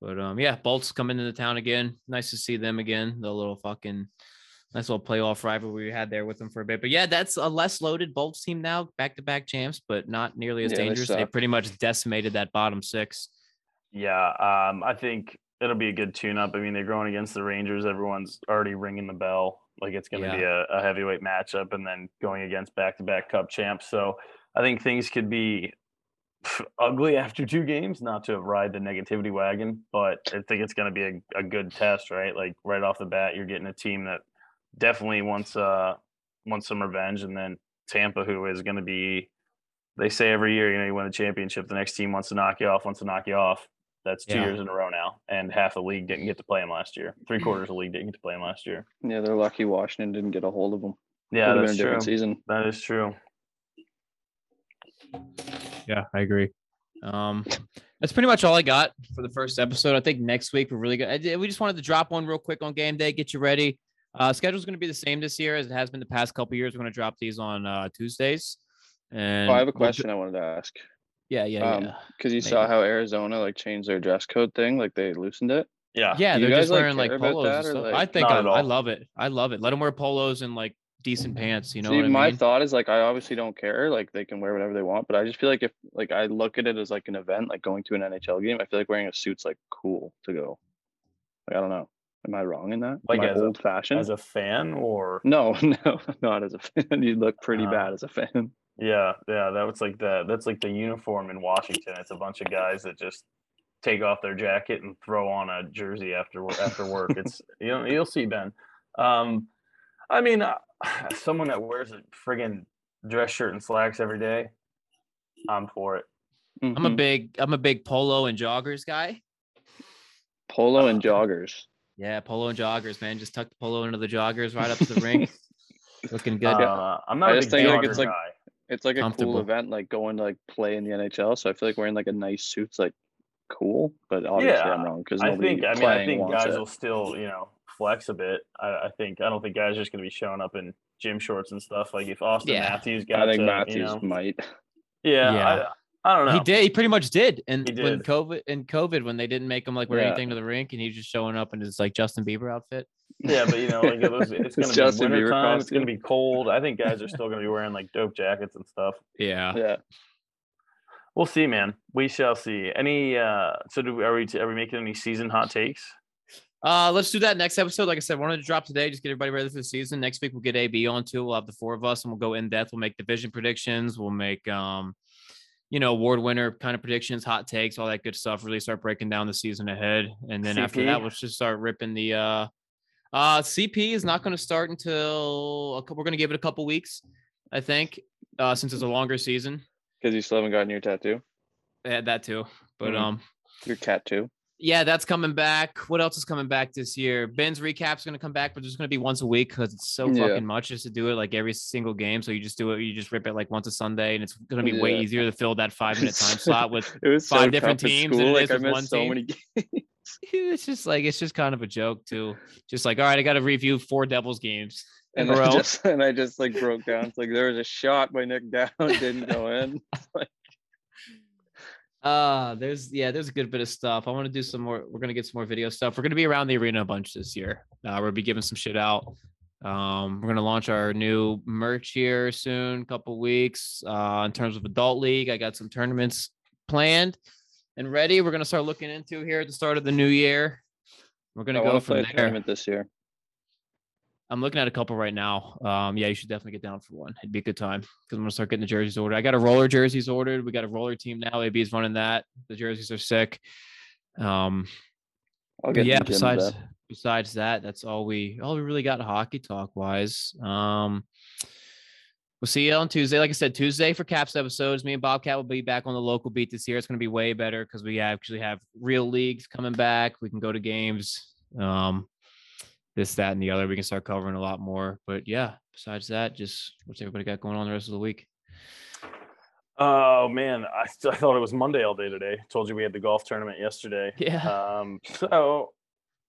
But um, yeah, Bolts coming into town again. Nice to see them again. The little fucking nice little playoff rivalry we had there with them for a bit. But yeah, that's a less loaded Bolts team now, back to back champs, but not nearly as
Yeah, they
dangerous. They,
suck.
pretty much decimated that bottom six.
Yeah, um, I think it'll be a good tune-up. I mean, they're going against the Rangers. Everyone's already ringing the bell. Like it's going to be a, a heavyweight matchup, and then going against back-to-back Cup champs. So I think things could be ugly after two games. Not to ride the negativity wagon, but I think it's going to be a, a good test, right? Like right off the bat, you're getting a team that definitely wants uh wants some revenge, and then Tampa, who is going to be. They say every year, you know, you win the championship, the next team wants to knock you off, wants to knock you off. That's two
Yeah.
years in a row now, and half the league didn't get to play him last year. Three quarters of the league didn't get to play him last year.
Yeah, they're lucky Washington didn't get a hold of them.
Yeah,
Would've
that's
been a
true.
different season.
That is true.
Yeah, I agree. Um, that's pretty much all I got for the first episode. I think next week we're really good. I did- We just wanted to drop one real quick on game day, get you ready. Uh, schedule's going to be the same this year as it has been the past couple years. We're going to drop these on uh, Tuesdays. And
Oh, I have a
we'll do-
question I wanted to ask
yeah, yeah,
Um,
yeah.
because you saw how Arizona like changed their dress code thing, like they loosened it.
Yeah.
Yeah,
Do you
they're just
guys, like,
wearing like
care about
polos. And
that or,
stuff.
like-
I think
Not
I,
at
I
all.
love it. I love it. Let them wear polos and like decent pants. You know
See,
what I
my
mean?
thought is like I obviously don't care, like they can wear whatever they want, but I just feel like if like I look at it as like an event, like going to an NHL game, I feel like wearing a suit's like cool to go. Like I don't know, am I wrong in that?
Like,
Like
as a-
old fashioned?
As a fan, or
no, no, not as a fan. You look pretty
Uh,
bad as a fan.
yeah, yeah, that was like the that's like the uniform in Washington. It's a bunch of guys that just take off their jacket and throw on a jersey after wo- after work. It's you know you'll see Ben. Um, I mean, uh, someone that wears a friggin' dress shirt and slacks every day, I'm for it.
I'm a
Mhm.
big I'm a big polo and joggers guy.
polo and joggers.
Yeah, polo and joggers, man. Just tuck the polo into the joggers right up to the rink. Looking good.
Uh, I'm not
I
a big
just think, like,
jogger
it's, like,
guy.
It's like a
Comfortable.
cool event, like going to like play in the NHL. So I feel like wearing like a nice suit's like cool, but obviously
Yeah,
I'm wrong because
I
nobody
think. I mean, I
playing
think
wants
guys
it.
will still, you know, flex a bit. I, I think. I don't think guys are just going to be showing up in gym shorts and stuff. Like if Austin
Yeah.
Matthews got,
I think
to,
Matthews
you know,
might.
yeah,
Yeah.
I, I don't know.
He did. He pretty much did. And
He
when
did.
COVID and COVID, when they didn't make him like wear
Yeah.
anything to the rink, and he was just showing up in his like Justin Bieber outfit.
Yeah, but you know, like it was, it's going to be
Justin Bieber
winter time. It's going
costume.
to be cold. I think guys are still going to be wearing like dope jackets and stuff.
Yeah.
yeah.
We'll see, man. We shall see. Any? uh So, do we, are we? Are we making any season hot takes?
Uh, let's do that next episode. Like I said, wanted to drop today, just get everybody ready for the season. Next week we'll get AB on too. We'll have the four of us, and we'll go in depth. We'll make division predictions. We'll make um, you know, award winner kind of predictions, hot takes, all that good stuff. Really start breaking down the season ahead, and then after that
CP?
we'll just start ripping the. uh uh CP is not going to start until a couple, we're going to give it a couple weeks, I think, uh, since it's a longer season.
Because you still haven't gotten your tattoo,
They had that too, but
Mhm.
um,
your cat too.
yeah, that's coming back. What else is coming back this year? Ben's recap's going to come back, but it's going to be once a week because it's so
Yeah.
fucking much just to do it like every single game. So you just do it, you just rip it like once a Sunday, and it's going to be way
Yeah.
easier to fill that five minute time slot with.
It was
five
so
different
tough at
teams than
School.
it
Like
is
I
with one
missed so
team.
many games.
It's just like it's just kind of a joke too. Just like all right, I got to review four Devils games in
And
a
I
row.
just and I just like broke down. It's like there was a shot by Nick Down didn't go in.
Uh, there's yeah, there's a good bit of stuff. I want to do some more. We're gonna get some more video stuff. We're gonna be around the arena a bunch this year. Uh, we'll be giving some shit out. Um, we're gonna launch our new merch here soon, couple weeks. Uh, in terms of adult league, I got some tournaments planned and ready. We're gonna start looking into here at the start of the new year. We're
I
gonna
wanna
go
play
from
a
there.
tournament this year.
I'm looking at a couple right now. Um, yeah, you should definitely get down for one. It'd be a good time because I'm gonna start getting the jerseys ordered. I got a roller jerseys ordered. We got a roller team now. AB's running that. The jerseys are sick. Um,
I'll
but
get
yeah.
in the gym
Besides,
then.
besides that, that's all we all we really got hockey talk wise. Um, we'll see you on Tuesday. Like I said, Tuesday for Caps episodes. Me and Bobcat will be back on the local beat this year. It's gonna be way better because we actually have real leagues coming back. We can go to games. Um, this, that, and the other. We can start covering a lot more. But yeah, besides that, just what's everybody got going on the rest of the week?
Oh man, I, I thought it was Monday all day today. Told you we had the golf tournament yesterday.
Uh,
Yeah.
Um, so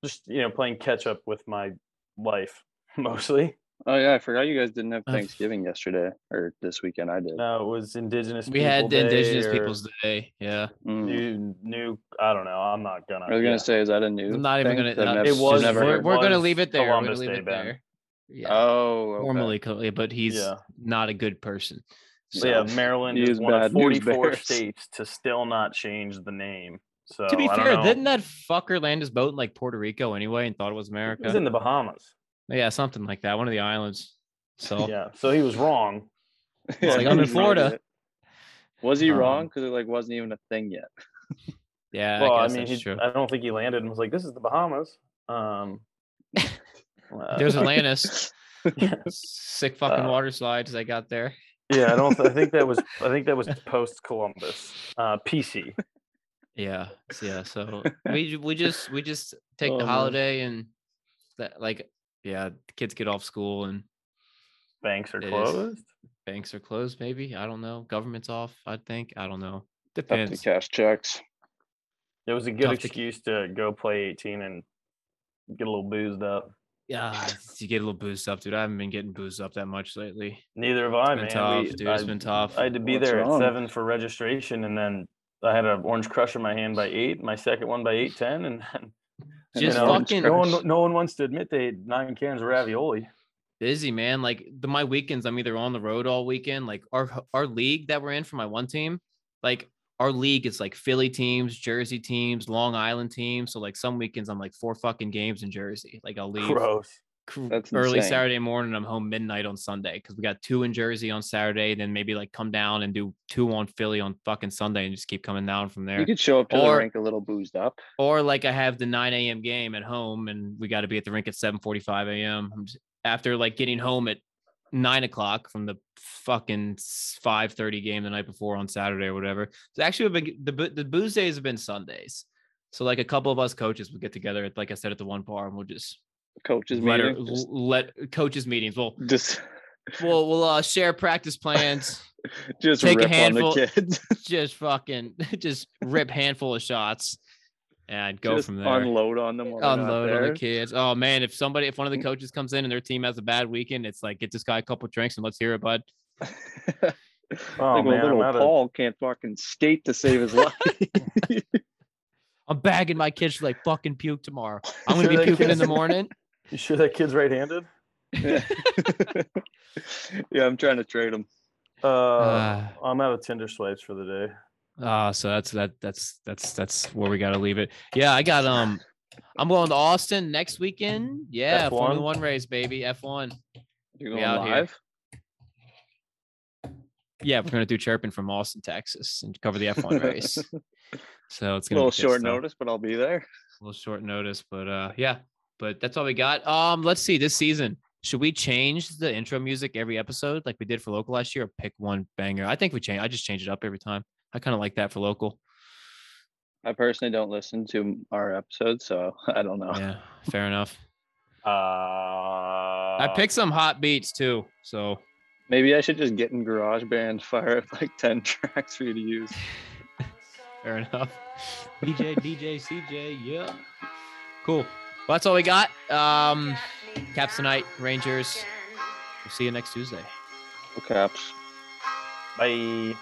just you know, playing catch up with my life mostly.
Oh yeah, I forgot you guys didn't have
Uh,
Thanksgiving yesterday or this weekend. I did.
No, Uh, it was Indigenous.
we had
People
the Indigenous
Day or
Peoples Day. Yeah.
Mm.
new new. I don't know. I'm not gonna.
I was
yeah.
gonna say, is that a new?
I'm not even
thing?
gonna.
That
no,
I've
It
s-
was-
never
We're,
heard.
it
we're gonna
was
leave it there. We're gonna
Columbus
leave
Day,
it
Ben.
there. Yeah.
Oh, okay.
Formally, co- yeah, but he's
Yeah.
not a good person.
So,
So,
yeah, Maryland
He
is
is
one of
bad news
44
bears.
states to still not change the name. So
to be
I don't
fair,
know.
didn't that fucker land his boat in like Puerto Rico anyway and thought it was
It
America?
was in the Bahamas.
yeah, something like that. One of the islands. So
Yeah, so he was wrong.
It's like, I'm
he
in Florida.
did it. Was he
Um,
wrong? Because it like wasn't even a thing yet.
yeah,
well, I,
I guess
mean,
that's
he,
true.
I don't think he landed and was like, "This is the Bahamas." Um, uh,
There's Atlantis.
yeah.
Sick fucking
Uh,
water slides I got there.
yeah, I don't. I think that was. I think that was post Columbus. Uh, PC.
Yeah. s- Yeah. So we ju- we just we just take
Oh,
the
man.
holiday and that like yeah, the kids get off school and
Banks are
It is.
closed.
banks are closed maybe. I don't know. Government's off, I think. I don't know.
Have to
Depends.
cash checks.
It was a good
Tough to-
excuse to go play 18 and get a little boozed up.
Yeah, you get a little boozed up, dude. I haven't been getting boozed up that much lately.
Neither have I,
been
man.
tough,
We-
dude. It's
I-
been tough.
I had to be
What's
there
wrong?
at seven for registration, and then I had an orange crush in my hand by eight, my second one by eight ten, and then
And
Just
then orange
fucking-
no
crush.
one no one wants to admit they ate nine cans of ravioli.
busy man like the my weekends i'm either on the road all weekend like our our league that we're in for my one team like our league is like philly teams jersey teams long island teams so like some weekends i'm like four fucking games in jersey like i'll leave
Gross.
cr-
That's
early
insane.
saturday morning i'm home midnight on sunday because we got two in jersey on saturday then maybe like come down and do two on philly on fucking sunday and just keep coming down from there
You could show up to
Or-
the rink a little boozed up.
or like I have the 9 a.m. game at home and we got to be at the rink at 7:45 a.m. I'm just, after like getting home at nine o'clock from the fucking 5:30 game the night before on Saturday or whatever. So actually, we've been the boo- the booze days have been Sundays. So like a couple of us coaches would get together, at, like I said, at the one bar, and we'll just
Coaches
let, her-
meeting. Just,
let coaches meetings. We'll
just
we'll we'll uh, share practice plans,
just
Take a
rip on
handful-
the kids.
just fucking just rip handful of shots, and go
Just
from there.
Unload on them. When they're not
unload on
there.
the kids. Oh man, if somebody, if one of the
Mm.
coaches comes in and their team has a bad weekend, it's like get this guy a couple drinks and let's hear it, bud.
Oh,
like
man,
a little
I'm outta-
Paul can't fucking skate to save his life.
I'm bagging my kids to, like fucking puke tomorrow. I'm gonna
Sure
be
that
puking in the
kid's-
morning.
You sure that kid's right-handed?
yeah, Yeah, I'm trying to trade him.
Uh,
Oh.
Ah.
I'm out of Tinder swipes for the day.
Ah, so that's that that's that's that's where we gotta leave it. Yeah, I got um I'm going to Austin next weekend. Yeah,
F1?
Formula One race, baby. F1.
You're
We
going
out here.
live.
Yeah, we're gonna do chirping from Austin, Texas and cover the F1 race. so it's
A
gonna be
little
good
short
stuff.
notice, but I'll be there.
a little short notice, but uh yeah, but that's all we got. Um, let's see this season. Should we change the intro music every episode like we did for local last year or pick one banger? I think we change I just change it up every time. I kind of like that for local.
I personally don't listen to our episodes, so I don't know.
Yeah, fair enough.
Uh,
I
I
picked some hot beats too. So
Maybe I should just get in GarageBand, fire up like 10 tracks for you to use.
fair enough. DJ, DJ, CJ, yeah. Cool. Well, that's all we got. Um Caps tonight, Rangers. We'll see you next Tuesday.
Okay.
Bye.